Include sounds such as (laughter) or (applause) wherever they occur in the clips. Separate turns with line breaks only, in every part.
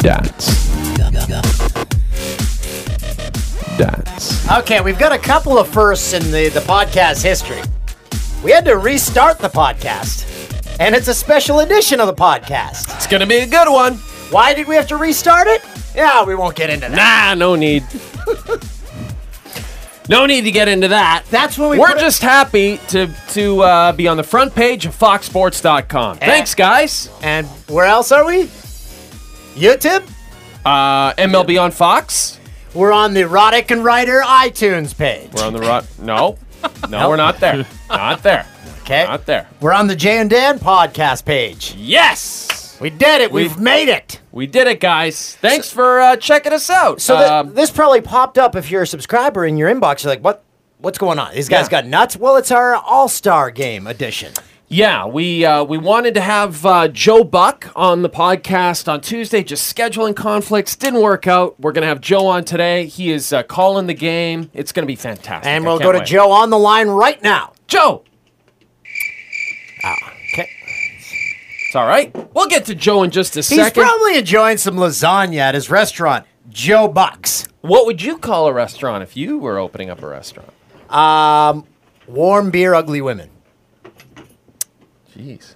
Dance. Dance.
Okay, we've got a couple of firsts in the, the podcast history. We had to restart the podcast, and it's a special edition of the podcast.
It's gonna be a good one.
Why did we have to restart it? Yeah, we won't get into that.
Nah, no need. no need to get into that.
That's when we
We're
put it-
just happy to to uh, be on the front page of FoxSports.com. Thanks, guys.
And where else are we? YouTube?
Uh, MLB on Fox.
We're on the Roddick and Ryder iTunes page.
We're on the rot. (laughs) No, no, we're not there. Not there.
Okay.
Not there.
We're on the Jay and Dan podcast page.
Eh. Yes,
We did it. We've
We've-
made it.
we did it, guys. Thanks for uh, checking us out.
So th-
Um,
this probably popped up if you're a subscriber in your inbox. You're like, what? What's going on? These guys
Yeah.
got nuts. Well, it's our All Star Game edition.
Yeah, we uh, we wanted to have uh, Joe Buck on the podcast on Tuesday. Just scheduling conflicts didn't work out. We're gonna have Joe on today. He is uh, calling the game. It's gonna be fantastic.
And
I
we'll
can't
go to
wait.
Joe on the line right now.
Joe,
Okay.
it's all right. We'll get to Joe in just a
He's
second.
probably enjoying some lasagna at his restaurant, Joe Bucks.
what would you call a restaurant if you were opening up a restaurant?
Warm beer, ugly women.
Jeez,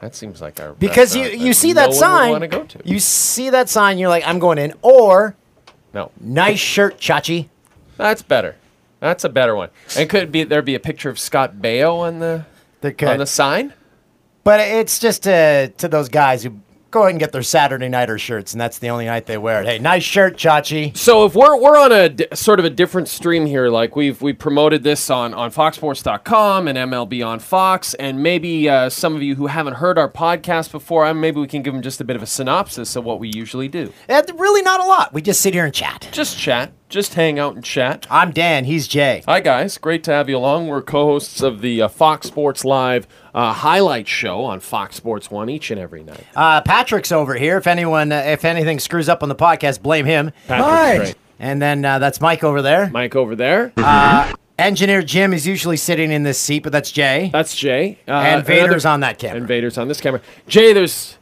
that seems like our
Because you, you see that sign.
Want to go to?
You see that sign, you're like, I'm going in. Or,
no,
nice shirt, Chachi.
that's better. That's a better one. And could be there be a picture of Scott Baio on the
They could.
on the sign?
But it's just uh, to those guys who go ahead and get their Saturday nighter shirts, and that's the only night they wear it. Hey, nice shirt, Chachi.
So if we're we're on a di- sort of a different stream here, like we've we promoted this on on FoxSports.com and MLB on Fox, and maybe uh, some of you who haven't heard our podcast before, uh, maybe we can give them just a bit of a synopsis of what we usually do.
Eh, really, not a lot. We just sit here and chat.
Just chat, just hang out and chat.
I'm Dan. He's Jay.
Hi guys, great to have you along. We're co-hosts of the uh, Fox Sports Live uh, highlight show on Fox Sports One each and every night.
Uh, Patrick's over here. If anyone, uh, if anything screws up on the podcast, blame him.
Patrick's
Hi.
great.
And then uh, that's Mike over there.
Mike over there,
Engineer Jim is usually sitting in this seat, but that's Jay.
that's Jay, uh,
and Vader's
another-
on that camera.
And Vader's on this camera. Jay, there's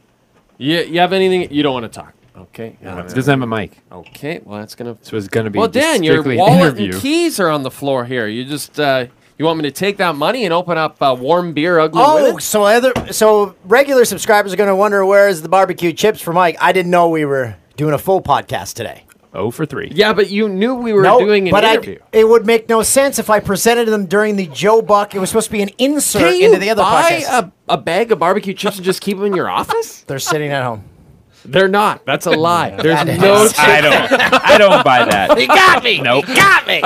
you, you have anything you don't want to talk. Okay. uh,
It's because I'm a mic.
Okay. Well, that's gonna.
So it's going to be
Well,
just
Dan, your
strictly
wallet
interview.
and keys are on the floor here. You just uh, you want me to take that money and open up uh, warm beer, ugly
Oh,
women?
so other so regular subscribers are going to wonder where is the barbecue chips for Mike? I didn't know we were doing a full podcast today.
Oh for 3.
Yeah, but you knew we were doing an
but
interview.
I, it would make no sense if I presented them during the Joe Buck. It was supposed to be an insert
Can
into
you
the other
buy
podcast.
a, a bag of barbecue chips and just keep them in your office?
They're sitting at home.
They're not. That's a (laughs) lie. There's
That
no.
is-
(laughs) I don't I don't
(laughs)
buy that.
(laughs)
got me.
Nope.
got me.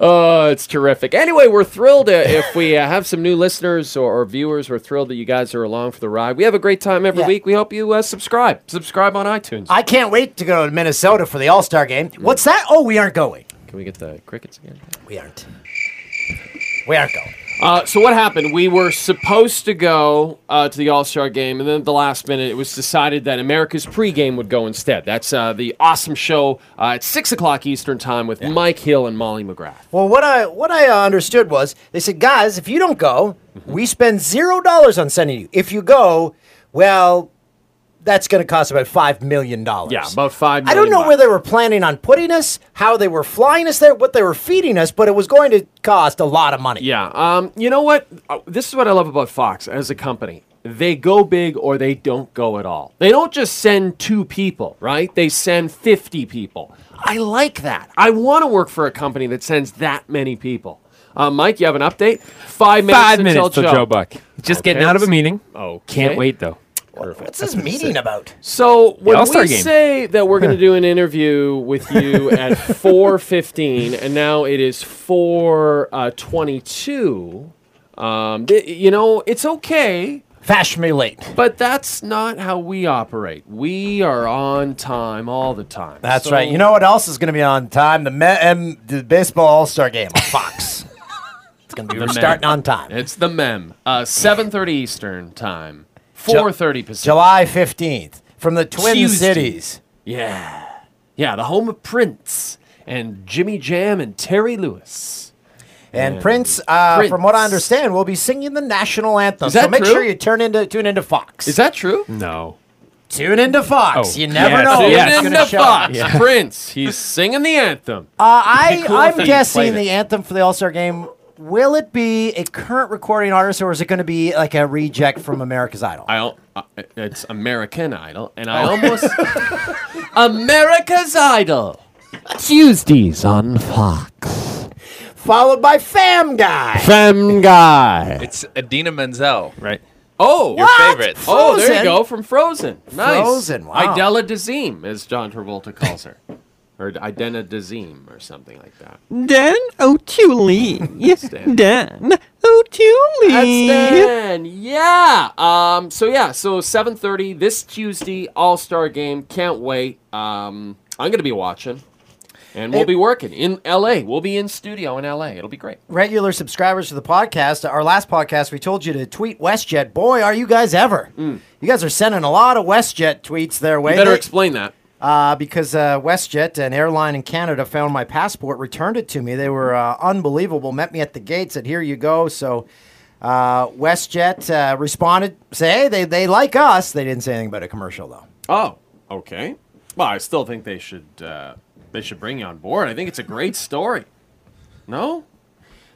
Oh, it's terrific. Anyway, we're thrilled uh, if we uh, have some new listeners or, or viewers. We're thrilled that you guys are along for the ride. We have a great time every
Yeah. Uh,
week. We hope you uh, subscribe. Subscribe on iTunes.
I can't wait to go to Minnesota for the All Star game. What's that? Oh, we aren't going.
Can we get the crickets again?
We aren't. We aren't going.
Uh, so what happened? We were supposed to go uh, to the All Star game, and then at the last minute, it was decided that America's pregame would go instead. That's uh, the awesome show uh, at six o'clock Eastern time with Mike Hill and Molly McGrath.
Well, what I what I uh, understood was they said, guys, if you don't go,
Mm-hmm.
we spend zero dollars on sending you. If you go, well, that's going to cost about five million dollars.
Yeah, about five
I don't
million
know where
bucks.
they were planning on putting us, how they were flying us there, what they were feeding us, but it was going to cost a lot of money.
Yeah. Um, you know what? Uh, This is what I love about Fox as a company. They go big or they don't go at all. They don't just send two people, right? They send 50 people. I like that. I want to work for a company that sends that many people. Uh, Mike, you have an update? Five minutes
5
until
minutes till Joe Buck. Just
Okay.
getting out of a meeting.
Okay.
Can't wait though.
What's this meeting about?
So when
All-Star
we
game.
say that we're
(laughs)
going to do an interview with you at 4:15, and now it is 4:22, um, th- you know it's okay,
Fashion me late.
but that's not how we operate. We are on time all the time.
That's
So-
right. You know what else is going to be on time? The, me- um, the baseball All Star game
(laughs)
on Fox. it's going to be we're
Mem.
starting on time.
it's the mem. Uh, 7:30 Eastern time, 4:30 Pacific.
July fifteenth from the Twin
Tuesday.
Cities.
Yeah, yeah, the home of Prince and Jimmy Jam and Terry Lewis.
And Prince, uh,
Prince.
from what I understand, will be singing the national anthem.
Is that
so make
true?
sure you turn into tune into Fox.
Is that true?
No.
Tune into Fox.
Oh,
you never
yes,
know.
Tune
who's
yes.
in
gonna
the
show up.
Fox.
Yeah.
Prince. He's singing the anthem.
Uh, I,
cool if
I'm
they
guessing
played it.
the anthem for the All Star game. Will it be a current recording artist, or is it going to be like a reject from America's Idol?
I al- uh, it's American Idol, and I almost Oh. (laughs) America's Idol Tuesdays on Fox.
Followed by Fam Guy.
Fem guy.
It's Adina Menzel,
Right.
Oh,
your favorite.
oh, there you
Frozen.
go from Frozen. Nice.
Frozen, wow.
Idella Dazeem, as John Travolta calls her, or Idena Dazeem, or something like that.
Dan
(laughs)
O'Tooley. Yes,
Dan.
Dan
That's
O'Tooley.
Dan. Yeah. Um. So yeah. So 7:30 this Tuesday, All Star Game. Can't wait. Um. I'm gonna be watching, and we'll
It-
be working in L.A. We'll be in studio in L.A. It'll be great.
Regular subscribers to the podcast. Our last podcast, we told you to tweet WestJet. Boy, are you guys ever! You guys are sending a lot of WestJet tweets their way.
Mm. You better
They-
explain that.
uh, because uh, WestJet, an airline in Canada, found my passport, returned it to me. They were uh, unbelievable. Met me at the gate, said, "Here you go." So uh, WestJet uh, responded, say, "Hey, they they like us." They didn't say anything about a commercial though.
Oh, okay. Well, I still think they should uh, they should bring you on board. I think it's a great story. No.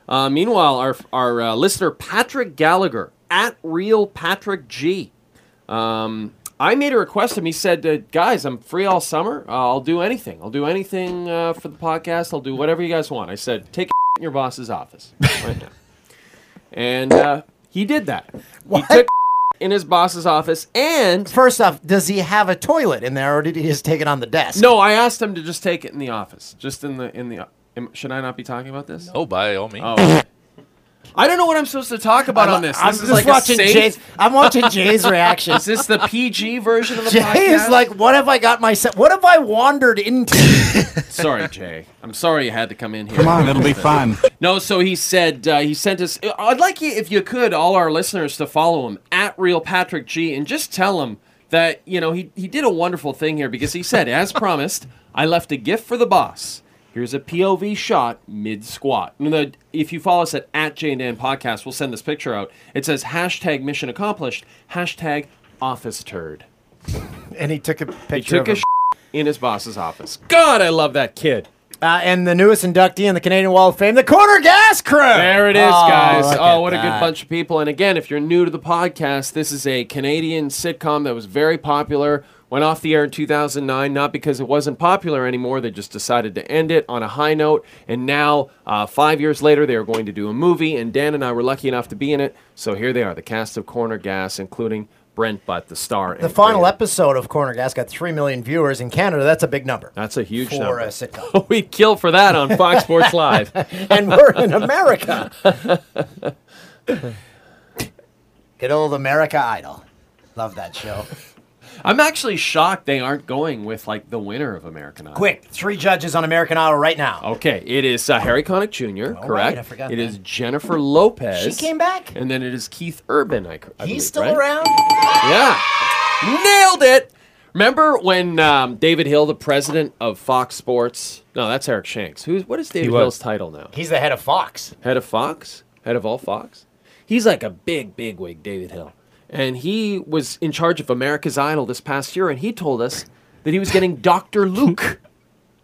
Uh, meanwhile, our our uh, listener Patrick Gallagher at Real Patrick G. Um, I made a request to him. He said, uh, "Guys, I'm free all summer. Uh, I'll do anything. I'll do anything uh, for the podcast. I'll do whatever you guys want." I said, "Take a in your (laughs) boss's office right now," and uh, he did that.
What?
He took (laughs) in his boss's office and
First off, does he have a toilet in there, or did he just take it on the desk?
No, I asked him to just take it in the office. Just in the in the. am- should I not be talking about this?
Oh, by all means.
Oh. I don't know what I'm supposed to talk about on this. This
I'm
(laughs) is
just
like
watching
a safe-
Jay's. I'm watching
(laughs)
Jay's reaction.
Is this the PG version of the
Jay
podcast?
is like, "What have I got myself? What have I
(laughs)
wandered into?"
sorry, Jay. I'm sorry you had to come in here.
Come on, it'll be fun.
No, so he said uh, he sent us. I'd like you, if you could, all our listeners to follow him at Real Patrick G and just tell him that you know he he did a wonderful thing here because he said, as promised, I left a gift for the boss. Here's a POV shot mid squat. And the, if you follow us at at J and Dan Podcast, we'll send this picture out. It says hashtag Mission Accomplished hashtag Office Turd.
and he took a picture.
He took
of
a
him.
sh- in his boss's office. God, I love that kid.
Uh, and the newest inductee in the Canadian Wall of Fame, the Corner Gas Crew.
There it is,
Oh,
guys.
look
Oh,
at
what a good
that.
bunch of people. And again, if you're new to the podcast, this is a Canadian sitcom that was very popular, went off the air in 2009, not because it wasn't popular anymore. They just decided to end it on a high note. And now, uh, five years later, they are going to do a movie, and Dan and I were lucky enough to be in it. So here they are, the cast of Corner Gas, including Brent Butt, the star.
The final episode of Corner Gas got 3 million viewers in Canada. That's a big number.
That's a huge
for
number.
a sitcom.
(laughs)
(laughs)
we kill for that on Fox Sports Live.
and we're in America. (laughs) good old America Idol. Love that show.
I'm actually shocked they aren't going with like the winner of American Idol.
Quick, three judges on American Idol right now.
Okay, it is uh, Harry Connick Jr. correct.
right, Oh, I forgot
It
that.
is
(laughs)
Jennifer Lopez.
She came back?
and then it is Keith Urban. I, I believe,
He's still
right?
around?
Yeah, nailed it. Remember when um, David Hill, the president of Fox Sports? No, that's Eric Shanks. Who's what is David
was.
Hill's title now?
He's the head of Fox.
head of Fox, head of all Fox. He's like a big, big wig, David Hill. And he was in charge of America's Idol this past year, and he told us that he was getting Dr. Luke.
(laughs)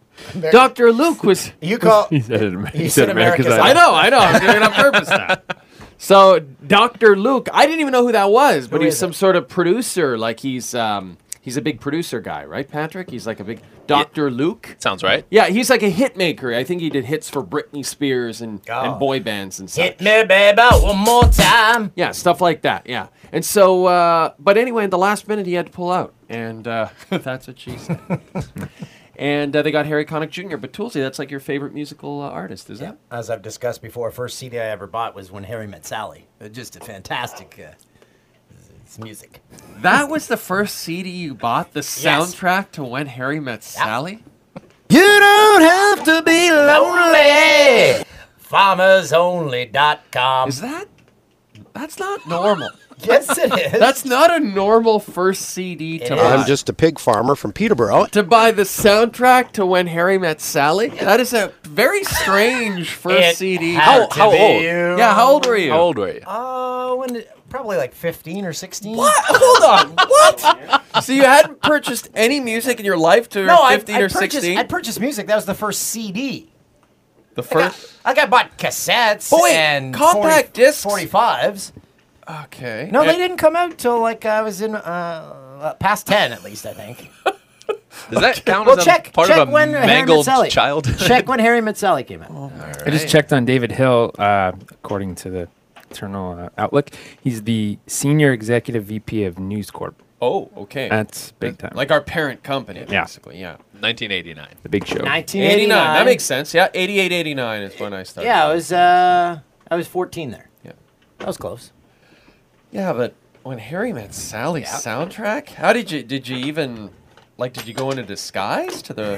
Dr. Luke was.
You
(laughs)
call.
He said, it, he
said
said America's,
I
America's
Idol.
know, I know.
(laughs)
I'm doing it on purpose now. So, Dr. Luke, I didn't even know who that was, but
Who
he's
is
some
it?
sort of producer. Like, he's. um He's a big producer guy, right, Patrick? He's like a big Dr. Luke.
Sounds right.
Yeah, he's like a hit maker. I think he did hits for Britney Spears and,
Oh.
and boy bands and stuff.
Hit me, baby, one more time.
Yeah, stuff like that. Yeah, and so, uh, but anyway, in the last minute, he had to pull out, and uh, (laughs) that's what she
(laughs)
said. and uh, they got Harry Connick Jr. But Toolsy, that's like your favorite musical uh, artist, is that?
As I've discussed before, first CD I ever bought was When Harry Met Sally. Uh, Just a fantastic uh, it's music.
That was the first CD you bought, the
Yes.
soundtrack to When Harry Met Sally.
You don't have to be lonely. FarmersOnly.com.
Is that? That's not normal.
Yes, it is.
that's not a normal first CD to
It
buy.
I'm just a pig farmer from Peterborough.
to buy the soundtrack to When Harry Met Sally. That is a very
(laughs)
strange first
It
CD.
had
How,
to
how
be
old?
you.
Yeah, how old were you?
How old were you?
Oh, when did- probably like 15 or 16.
What? Hold on. What?
So you hadn't purchased any music in your life to
(laughs) No, I,
15
I
or
purchased.
16?
I purchased music. That was the first CD.
the
I got,
first.
like I bought cassettes
But wait,
and
compact
40
discs?
45s.
Okay.
No,
And-
they didn't come out till like I was in uh, uh, past 10 at least, I think.
Does that count
Well,
as
check
a part
check
of a
when Harry
mangled
Mazzelli.
child?
(laughs) check when Harry Mazzelli came out.
I just checked on David Hill, uh, according to the Eternal uh, Outlook. He's the senior executive VP of News Corp.
Oh, okay.
That's big time.
Like our parent company,
Yeah.
basically. Yeah.
1989.
the big show.
1989.
89. That makes sense. Yeah. 88, 89 is when I started.
Yeah, I was uh, I was 14 there.
Yeah.
That was close.
Yeah, but when Harry met Sally soundtrack, how did you did you even like did you go in a disguise to the,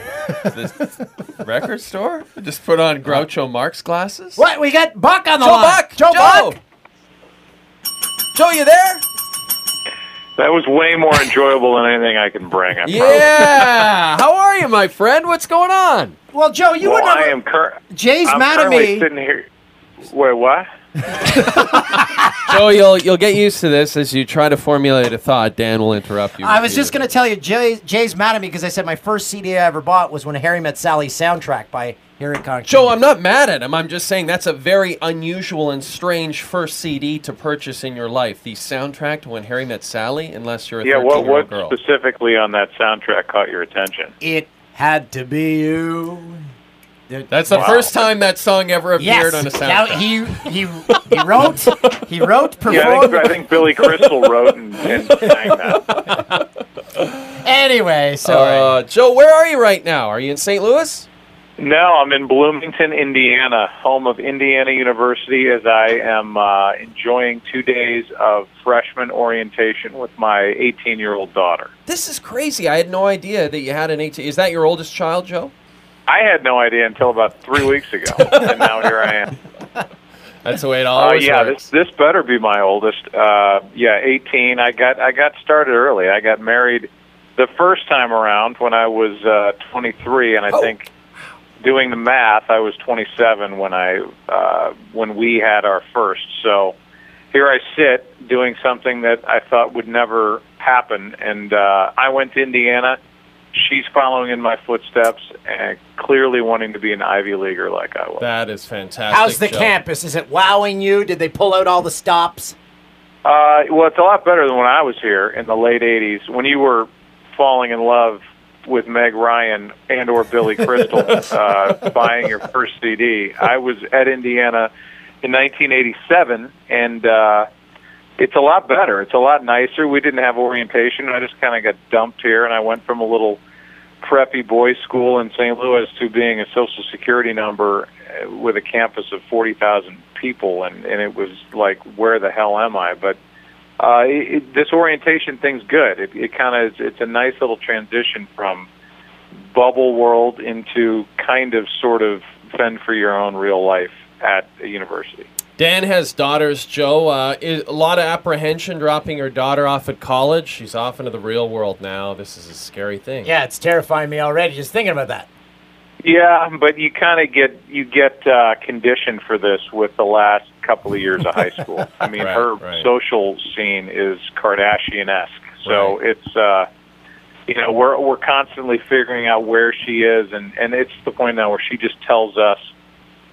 to the record store? Just put on Groucho Marx glasses?
What? We got Buck on the
Joe
line.
Buck!
Joe, Buck.
Joe, you there?
That was way
(laughs)
more enjoyable than anything I can bring. I promise.
Yeah. how are you, my friend? What's going on?
Well, Joe, you
well,
would
I
never.
am cur-
Jay's
I'm
mad at
currently
me.
sitting here. Wait, what?
Joe, you'll you'll get used to this as you try to formulate a thought. Dan will interrupt you.
I was just going to tell you, Jay, Jay's mad at me because I said my first CD I ever bought was when Harry Met Sally soundtrack by Harry Connick.
Joe, I'm not mad at him. I'm just saying that's a very unusual and strange first CD to purchase in your life. The soundtrack to When Harry Met Sally, unless you're a
Yeah,
13
what
year old
what
girl.
specifically on that soundtrack caught your attention?
It had to be you.
That's the
Wow.
first time that song ever appeared
Yes.
on a
Now,
soundtrack.
he he he wrote he (laughs) wrote
Yeah, I think,
performed.
I
(laughs)
think Billy Crystal wrote and, and sang that.
anyway, so
Uh, Joe, where are you right now? Are you in St. Louis?
No, I'm in Bloomington, Indiana, home of Indiana University, as I am uh, enjoying two days of freshman orientation with my 18 year old daughter.
This is crazy. I had no idea that you had an 18. Is that your oldest child, Joe?
I had no idea until about three weeks ago, and now here I am.
That's the way it
Oh
always
yeah,
works.
this this better be my oldest. Uh, yeah, eighteen. I got I got started early. I got married the first time around when I was uh, twenty three, and I think doing the math, I was twenty seven when I uh, when we had our first. So here I sit doing something that I thought would never happen, and uh, I went to Indiana. She's following in my footsteps and clearly wanting to be an Ivy leaguer like I was.
That is fantastic.
how's the
Joe.
campus? Is it wowing you? Did they pull out all the stops?
Uh, well, it's a lot better than when I was here in the late '80s, when you were falling in love with Meg Ryan and/or Billy Crystal, uh, buying your first CD. I was at Indiana in 1987, and uh, it's a lot better. It's a lot nicer. We didn't have orientation. I just kind of got dumped here, and I went from a little preppy boys' school in St. Louis to being a social security number uh, with a campus of 40,000 people, and, and it was like, where the hell am I? But uh, it, it, this orientation thing's good. It, it kind of it's a nice little transition from bubble world into kind of sort of fend for your own real life at a university.
Dan has daughters, Joe. Uh, is, a lot of apprehension dropping her daughter off at college. She's off into the real world now. This is a scary thing.
Yeah, it's terrifying me already just thinking about that.
Yeah, but you kind of get you get uh, conditioned for this with the last couple of years of
(laughs)
high school. I mean,
Right,
her
right.
social scene is Kardashian esque, so it's uh, you know we're we're constantly figuring out where she is, and and it's the point now where she just tells us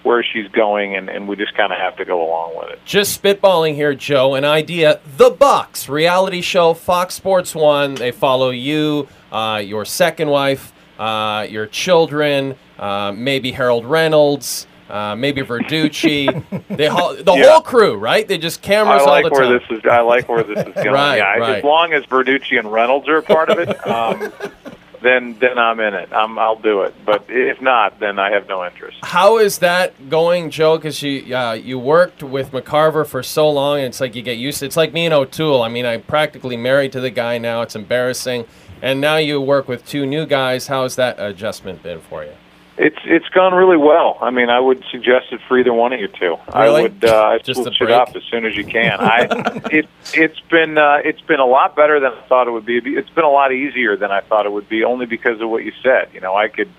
where she's going, and and we just kind of have to go along with it.
Just spitballing here, Joe. An idea: The Bucks reality show, Fox Sports One. They follow you, uh, your second wife, uh, your children, uh, maybe Harold Reynolds, uh, maybe
(laughs)
Verducci. they ho- the
Yeah.
whole crew, right? They just cameras
I
all
like
the
where
time.
this is. I like
(laughs)
where this is going.
Right,
yeah, I-
right.
As long as Verducci and Reynolds are a part
(laughs)
of it, um, then then I'm in it. I'm, I'll do it. But if not, then I have no interest.
How is that going, Joe? Because you uh, you worked with McCarver for so long, and it's like you get used. to It's like me and O'Toole. I mean, I'm practically married to the guy now. It's embarrassing. And now you work with two new guys. How's that adjustment been for you?
It's it's gone really well. I mean, I would suggest it for either one of you two.
Really?
I would uh, I'd
Just
switch
a
it up
break?
as soon as
(laughs)
you can. I it it's been uh, it's been a lot better than I thought it would be. It's been a lot easier than I thought it would be, only because of what you said. You know, I could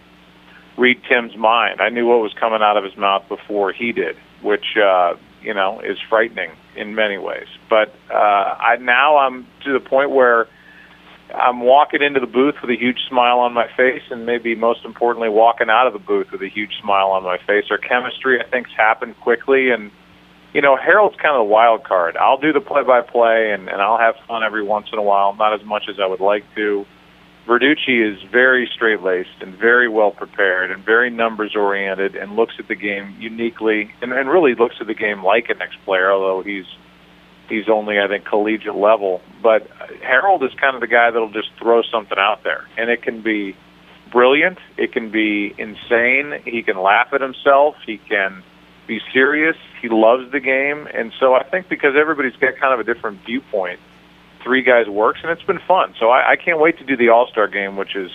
read Tim's mind. I knew what was coming out of his mouth before he did, which uh, you know is frightening in many ways. But uh, I now I'm to the point where I'm walking into the booth with a huge smile on my face, and maybe most importantly, walking out of the booth with a huge smile on my face. Our chemistry, I think, has happened quickly, and you know, Harold's kind of the wild card. I'll do the play-by-play, and, and I'll have fun every once in a while, not as much as I would like to. Verducci is very straight-laced and very well prepared and very numbers-oriented, and looks at the game uniquely, and, and really looks at the game like an ex-player, although he's he's only I think collegiate level. But Harold is kind of the guy that'll just throw something out there, and it can be brilliant, it can be insane. He can laugh at himself, he can be serious. He loves the game, and so I think because everybody's got kind of a different viewpoint, three guys works, and it's been fun. So I, I can't wait to do the All Star game, which is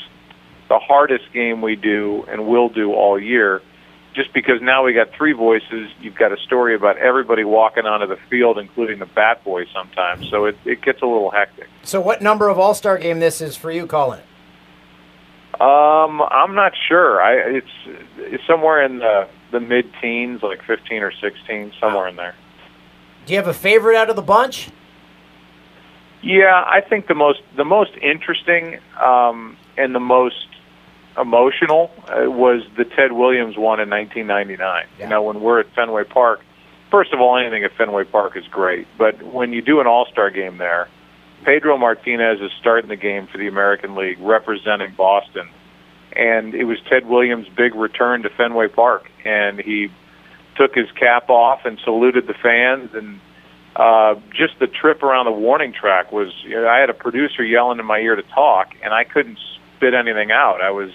the hardest game we do and will do all year. Just because now we got three voices, you've got a story about everybody walking onto the field, including the bat boy sometimes. So it, it gets a little hectic.
So, what number of All Star game this is for you, Colin?
Um, I'm not sure. I it's, it's somewhere in the the mid teens, like 15 or 16, somewhere in there.
Do you have a favorite out of the bunch?
Yeah, I think the most the most interesting um, and the most emotional uh, was the Ted Williams one in 1999. You know, when we're at Fenway Park, first of all, anything at Fenway Park is great, but when you do an All Star game there, Pedro Martinez is starting the game for the American League, representing Boston, and it was Ted Williams' big return to Fenway Park, and he took his cap off and saluted the fans and uh, just the trip around the warning track was you know, I had a producer yelling in my ear to talk, and I couldn't spit anything out. I was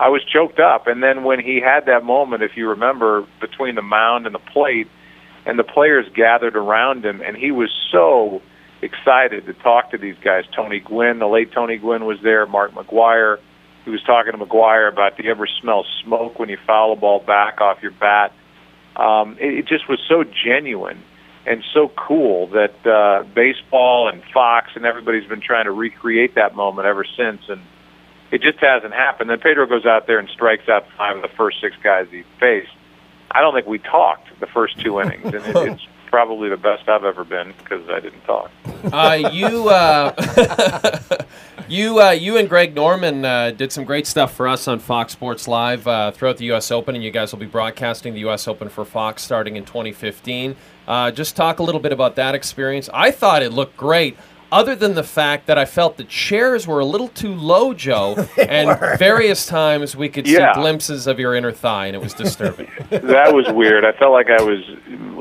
I was choked up. And then when he had that moment, if you remember, between the mound and the plate, and the players gathered around him, and he was so excited to talk to these guys. Tony Gwynn, the late Tony Gwynn, was there. Mark McGuire. He was talking to McGuire about do you ever smell smoke when you foul a ball back off your bat? Um, it, it just was so genuine and so cool that uh, baseball and Fox and everybody's been trying to recreate that moment ever since, and it just hasn't happened. Then Pedro goes out there and strikes out five of the first six guys he faced. I don't think we talked the first two innings, and it, it's probably the best I've ever been because I didn't talk.
Uh, you,
(laughs)
uh, you, uh, you and Greg Norman uh, did some great
stuff for us on Fox Sports Live uh, throughout the U.S. Open, and you guys will be broadcasting the U.S. Open for Fox starting in 2015. Uh, just talk a little bit about that experience. I thought it looked great, other than the fact that I felt the chairs were a little too low, Joe, and various times we could
Yeah.
see glimpses of your inner thigh, and it was disturbing.
that was weird. I felt like I was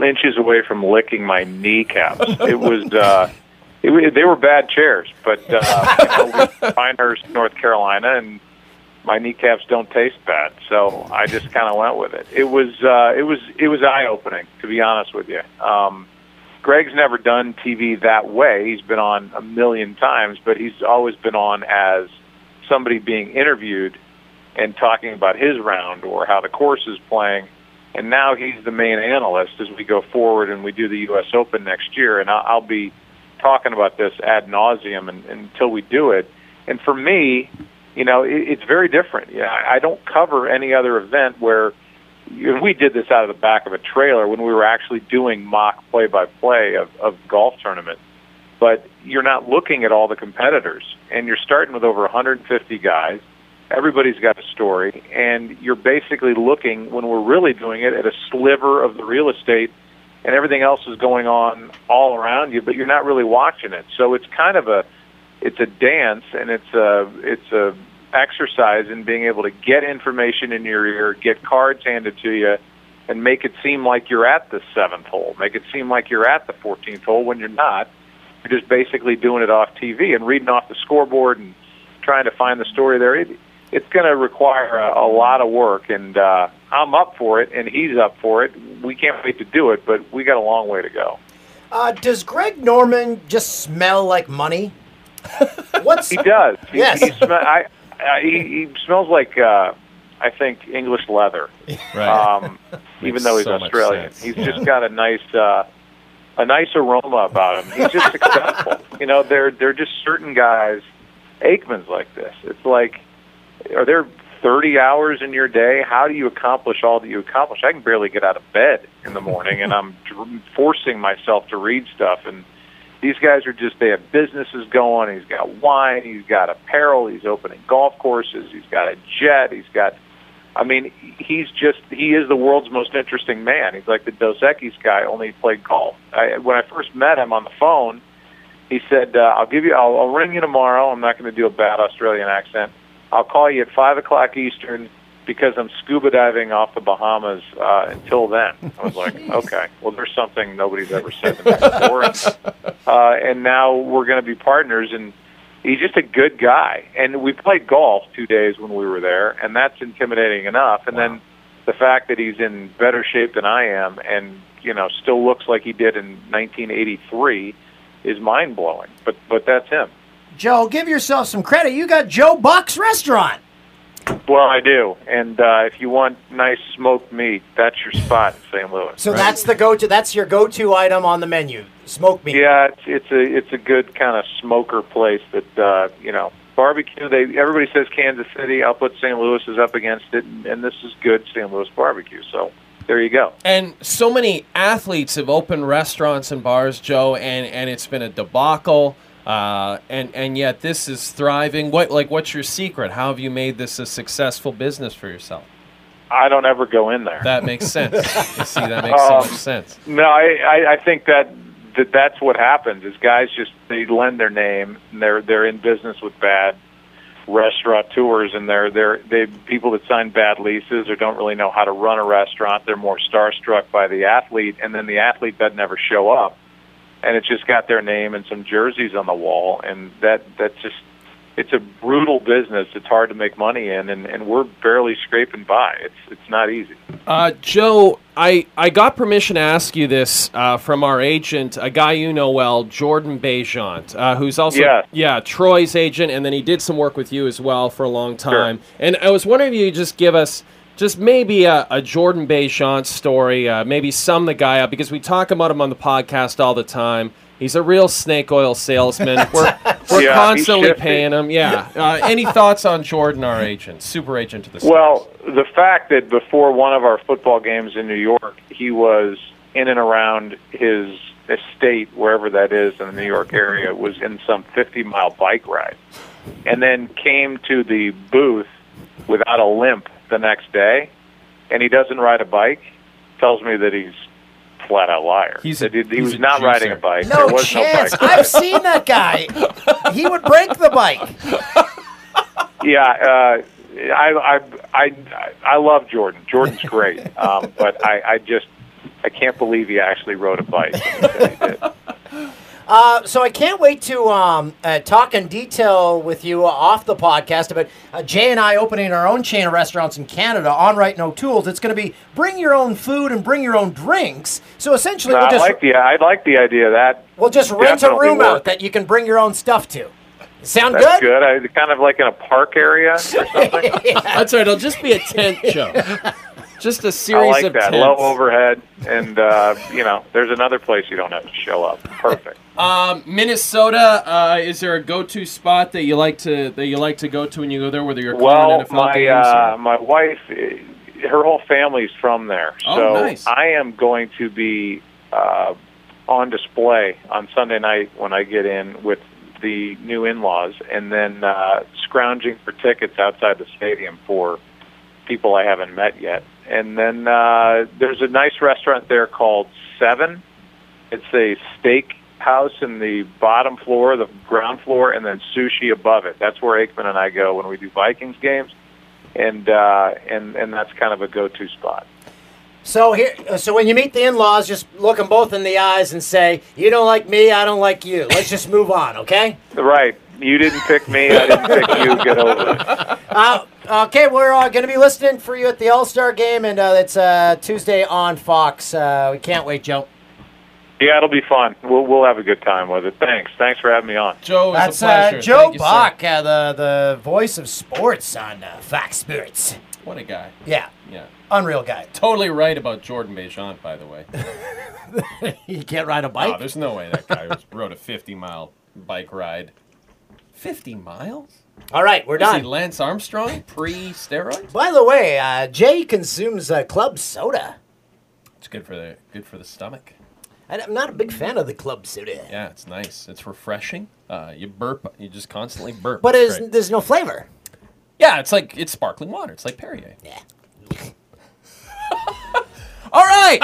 inches away from licking my kneecaps. It was. Uh, it, wa- they were bad chairs, but uh, you know, we're in Pinehurst, North Carolina, and my kneecaps don't taste bad, so I just kind of went with it. It was uh, it was it was eye opening, to be honest with you. Um, Greg's never done TV that way. He's been on a million times, but he's always been on as somebody being interviewed and talking about his round or how the course is playing. And now he's the main analyst as we go forward and we do the U.S. Open next year. And I'll, I'll be talking about this ad nauseum and, until we do it. And for me, you know, it, it's very different. Yeah, I, I don't cover any other event where and we did this out of the back of a trailer when we were actually doing mock play-by-play of, of golf tournaments but you're not looking at all the competitors and you're starting with over 150 guys everybody's got a story and you're basically looking when we're really doing it at a sliver of the real estate and everything else is going on all around you but you're not really watching it so it's kind of a it's a dance and it's a it's a exercise in being able to get information in your ear get cards handed to you and make it seem like you're at the seventh hole make it seem like you're at the 14th hole when you're not you're just basically doing it off TV and reading off the scoreboard and trying to find the story there. It, it's going to require a, a lot of work, and uh, I'm up for it, and he's up for it. We can't wait to do it, but we got a long way to go.
Uh, does Greg Norman just smell like (laughs) money? What's
He does. He,
Yes.
he, sm- I, I, he, he smells like uh, I think English leather.
(laughs)
um, even though he's
so much
Australian.
sense,
He's
yeah.
just got a nice uh, a nice aroma about him. He's
(laughs)
just successful. You know, there there are just certain guys, Aikman's like this. It's like, are there 30 hours in your day? How do you accomplish all that you accomplish? I can
(laughs)
barely get out of bed in the morning, and I'm dr- forcing myself to read stuff and These guys are just, they have businesses going. He's got wine. He's got apparel. He's opening golf courses. He's got a jet. He's got, I mean, he's just, he is the world's most interesting man. He's like the Dos Equis guy, only he played golf. I, when I first met him on the phone, he said, uh, I'll give you, I'll, I'll ring you tomorrow. I'm not going to do a bad Australian accent. I'll call you at 5 o'clock Eastern because I'm scuba diving off the Bahamas uh, until then. I was like, okay, well, there's something nobody's ever said to me before. uh, and now we're going to be partners. And he's just a good guy. And we played golf two days when we were there, and that's intimidating enough. And then the fact that he's in better shape than I am and, you know, still looks like he did in 1983 is mind blowing. But, but that's him.
Joe, give yourself some credit. You got Joe Buck's restaurant.
Well, I do. And uh, if you want nice smoked meat, that's your spot in St. Louis.
So that's the go-to. That's your go-to item on the menu. Smoke meat.
Yeah, it's it's a it's a good kind of smoker place that uh, you know barbecue. They everybody says Kansas City. I'll put St. Louis is up against it, and, and this is good St. Louis barbecue. So there you go.
And so many athletes have opened restaurants and bars, Joe, and, and it's been a debacle. Uh, and and yet this is thriving. What like what's your secret? How have you made this a successful business for yourself?
I don't ever go in there.
That makes sense. you see, that makes so much sense.
No, I, I, I think that, that that's what happens is guys just they lend their name and they're they're in business with bad restaurateurs and they're they're they people that sign bad leases or don't really know how to run a restaurant, they're more starstruck by the athlete and then the athlete doesn't ever show up. And it's just got their name and some jerseys on the wall and that that's just it's a brutal business. It's hard to make money in and, and we're barely scraping by. It's it's not easy.
Uh, Joe, I, I got permission to ask you this uh, from our agent, a guy you know well, Jordan Bejant, uh, who's also
Yeah.
yeah Troy's agent, and then he did some work with you as well for a long time. And I was wondering if you could just give us just maybe a, a Jordan Bejant story, uh, maybe sum the guy up because we talk about him on the podcast all the time. He's a real snake oil
(laughs)
salesman. We're, we're
Yeah, he's
constantly
shifty.
paying him. Yeah. Uh, any thoughts on Jordan, our agent, super agent to the
Well, the fact that before one of our football games in New York, he was in and around his estate, wherever that is in the New York area, was in some 50 mile bike ride, and then came to the booth without a limp the next day, and he doesn't ride a bike, tells me that he's flat out liar.
He's a-
That he, he
he's
was
a
not riding a
juicer.
bike.
No
there was
chance.
no bike.
I've seen that guy. He would break the bike.
yeah, uh, I, I I I love Jordan. Jordan's great, um, but I, I just I can't believe he actually rode a bike.
Uh, so I can't wait to um, uh, talk in detail with you off the podcast about uh, Jay and I opening our own chain of restaurants in Canada on Right No Tools. It's going to be bring your own food and bring your own drinks. So essentially,
No,
we'll
I
just
like the I like the idea of that.
we'll just rent a
Definitely
room
work.
out that you can bring your own stuff to. Sound
That's
good?
good. I, kind of like in a park area or something.
That's right. It'll just be a tent
(laughs)
show. Just a
I
series
like
of
that.
tents.
Low overhead, and uh, you know, there's another place you don't have to show up. Perfect.
Um, Minnesota. Uh, is there a go-to spot that you like to that you like to go to when you go there, whether you're
Well,
calling NFL
my
games?
uh,
or-
my wife, eh, her whole family's from there,
Oh,
so
nice.
I am going to be uh, on display on Sunday night when I get in with the new in-laws, and then uh, scrounging for tickets outside the stadium for people I haven't met yet. And then uh, there's a nice restaurant there called Seven. It's a steak house in the bottom floor, the ground floor, and then sushi above it. That's where Aikman and I go when we do Vikings games, and uh, and and that's kind of a go-to spot.
So here, uh, so when you meet the in-laws, just look them both in the eyes and say, "You don't like me, I don't like you. Let's just move on, okay?"
Right? You didn't pick me. I didn't pick you. Get over it.
Uh, okay, we're uh, going to be listening for you at the All Star game, and uh, it's uh, Tuesday on Fox. Uh, we can't wait, Joe.
Yeah, it'll be fun. We'll we'll have a good time with it. Thanks. Thanks for having me on.
Joe, it was
That's
a pleasure.
uh, Joe
Thank you, sir.
Buck, uh, the the voice of sports on uh, Fox Sports.
What a guy.
Yeah,
Yeah.
unreal guy. (laughs)
Totally right about Jordan Bejant, by the
(laughs)
way.
You can't ride a
Wow,
bike.
there's no way that guy was, rode a 50 mile bike ride. 50 miles?
All right, we're
Is he
done.
Lance Armstrong pre steroids?
By the way, uh, Jay consumes uh, club soda.
It's good for the good for the stomach.
I- I'm not a big fan of the club soda,
Yeah, it's nice. It's refreshing. Uh, you burp. You just constantly burp.
but
It's
it's,
great.
there's no flavor.
yeah, it's like it's sparkling water. It's like Perrier. Yeah. (laughs) All right.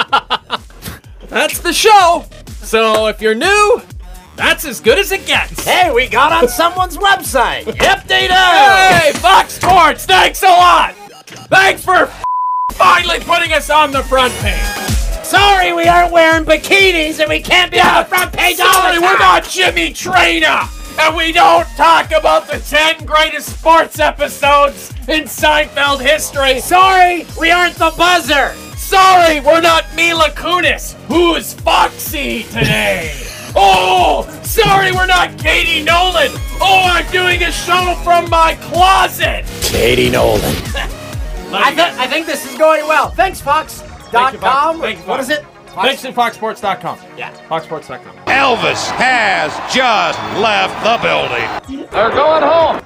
that's the show. So if you're new, that's as good as it gets.
Hey, we got on someone's
(laughs)
website. Yep, they do.
Hey, Fox Sports, thanks a lot. Thanks for f- finally putting us on the front page.
Sorry, we aren't wearing bikinis and we can't be on the front page all
Sorry,
the
we're
time.
not Jimmy Trainer, and we don't talk about the 10 greatest sports episodes in Seinfeld history. Sorry,
We aren't the buzzer.
sorry, we're not Mila Kunis, who's Foxy
(laughs)
today. oh, sorry, we're not Katie Nolan. Oh, I'm doing a show from my closet.
Katie Nolan.
I, th- I think this is going well. Thanks, Fox. Dot
you, Fox.
com.
Thank you,
What
Fox.
is it?
Thanks at foxsports.com.
Yeah.
Foxsports.com.
Elvis has just left the building.
They're going home.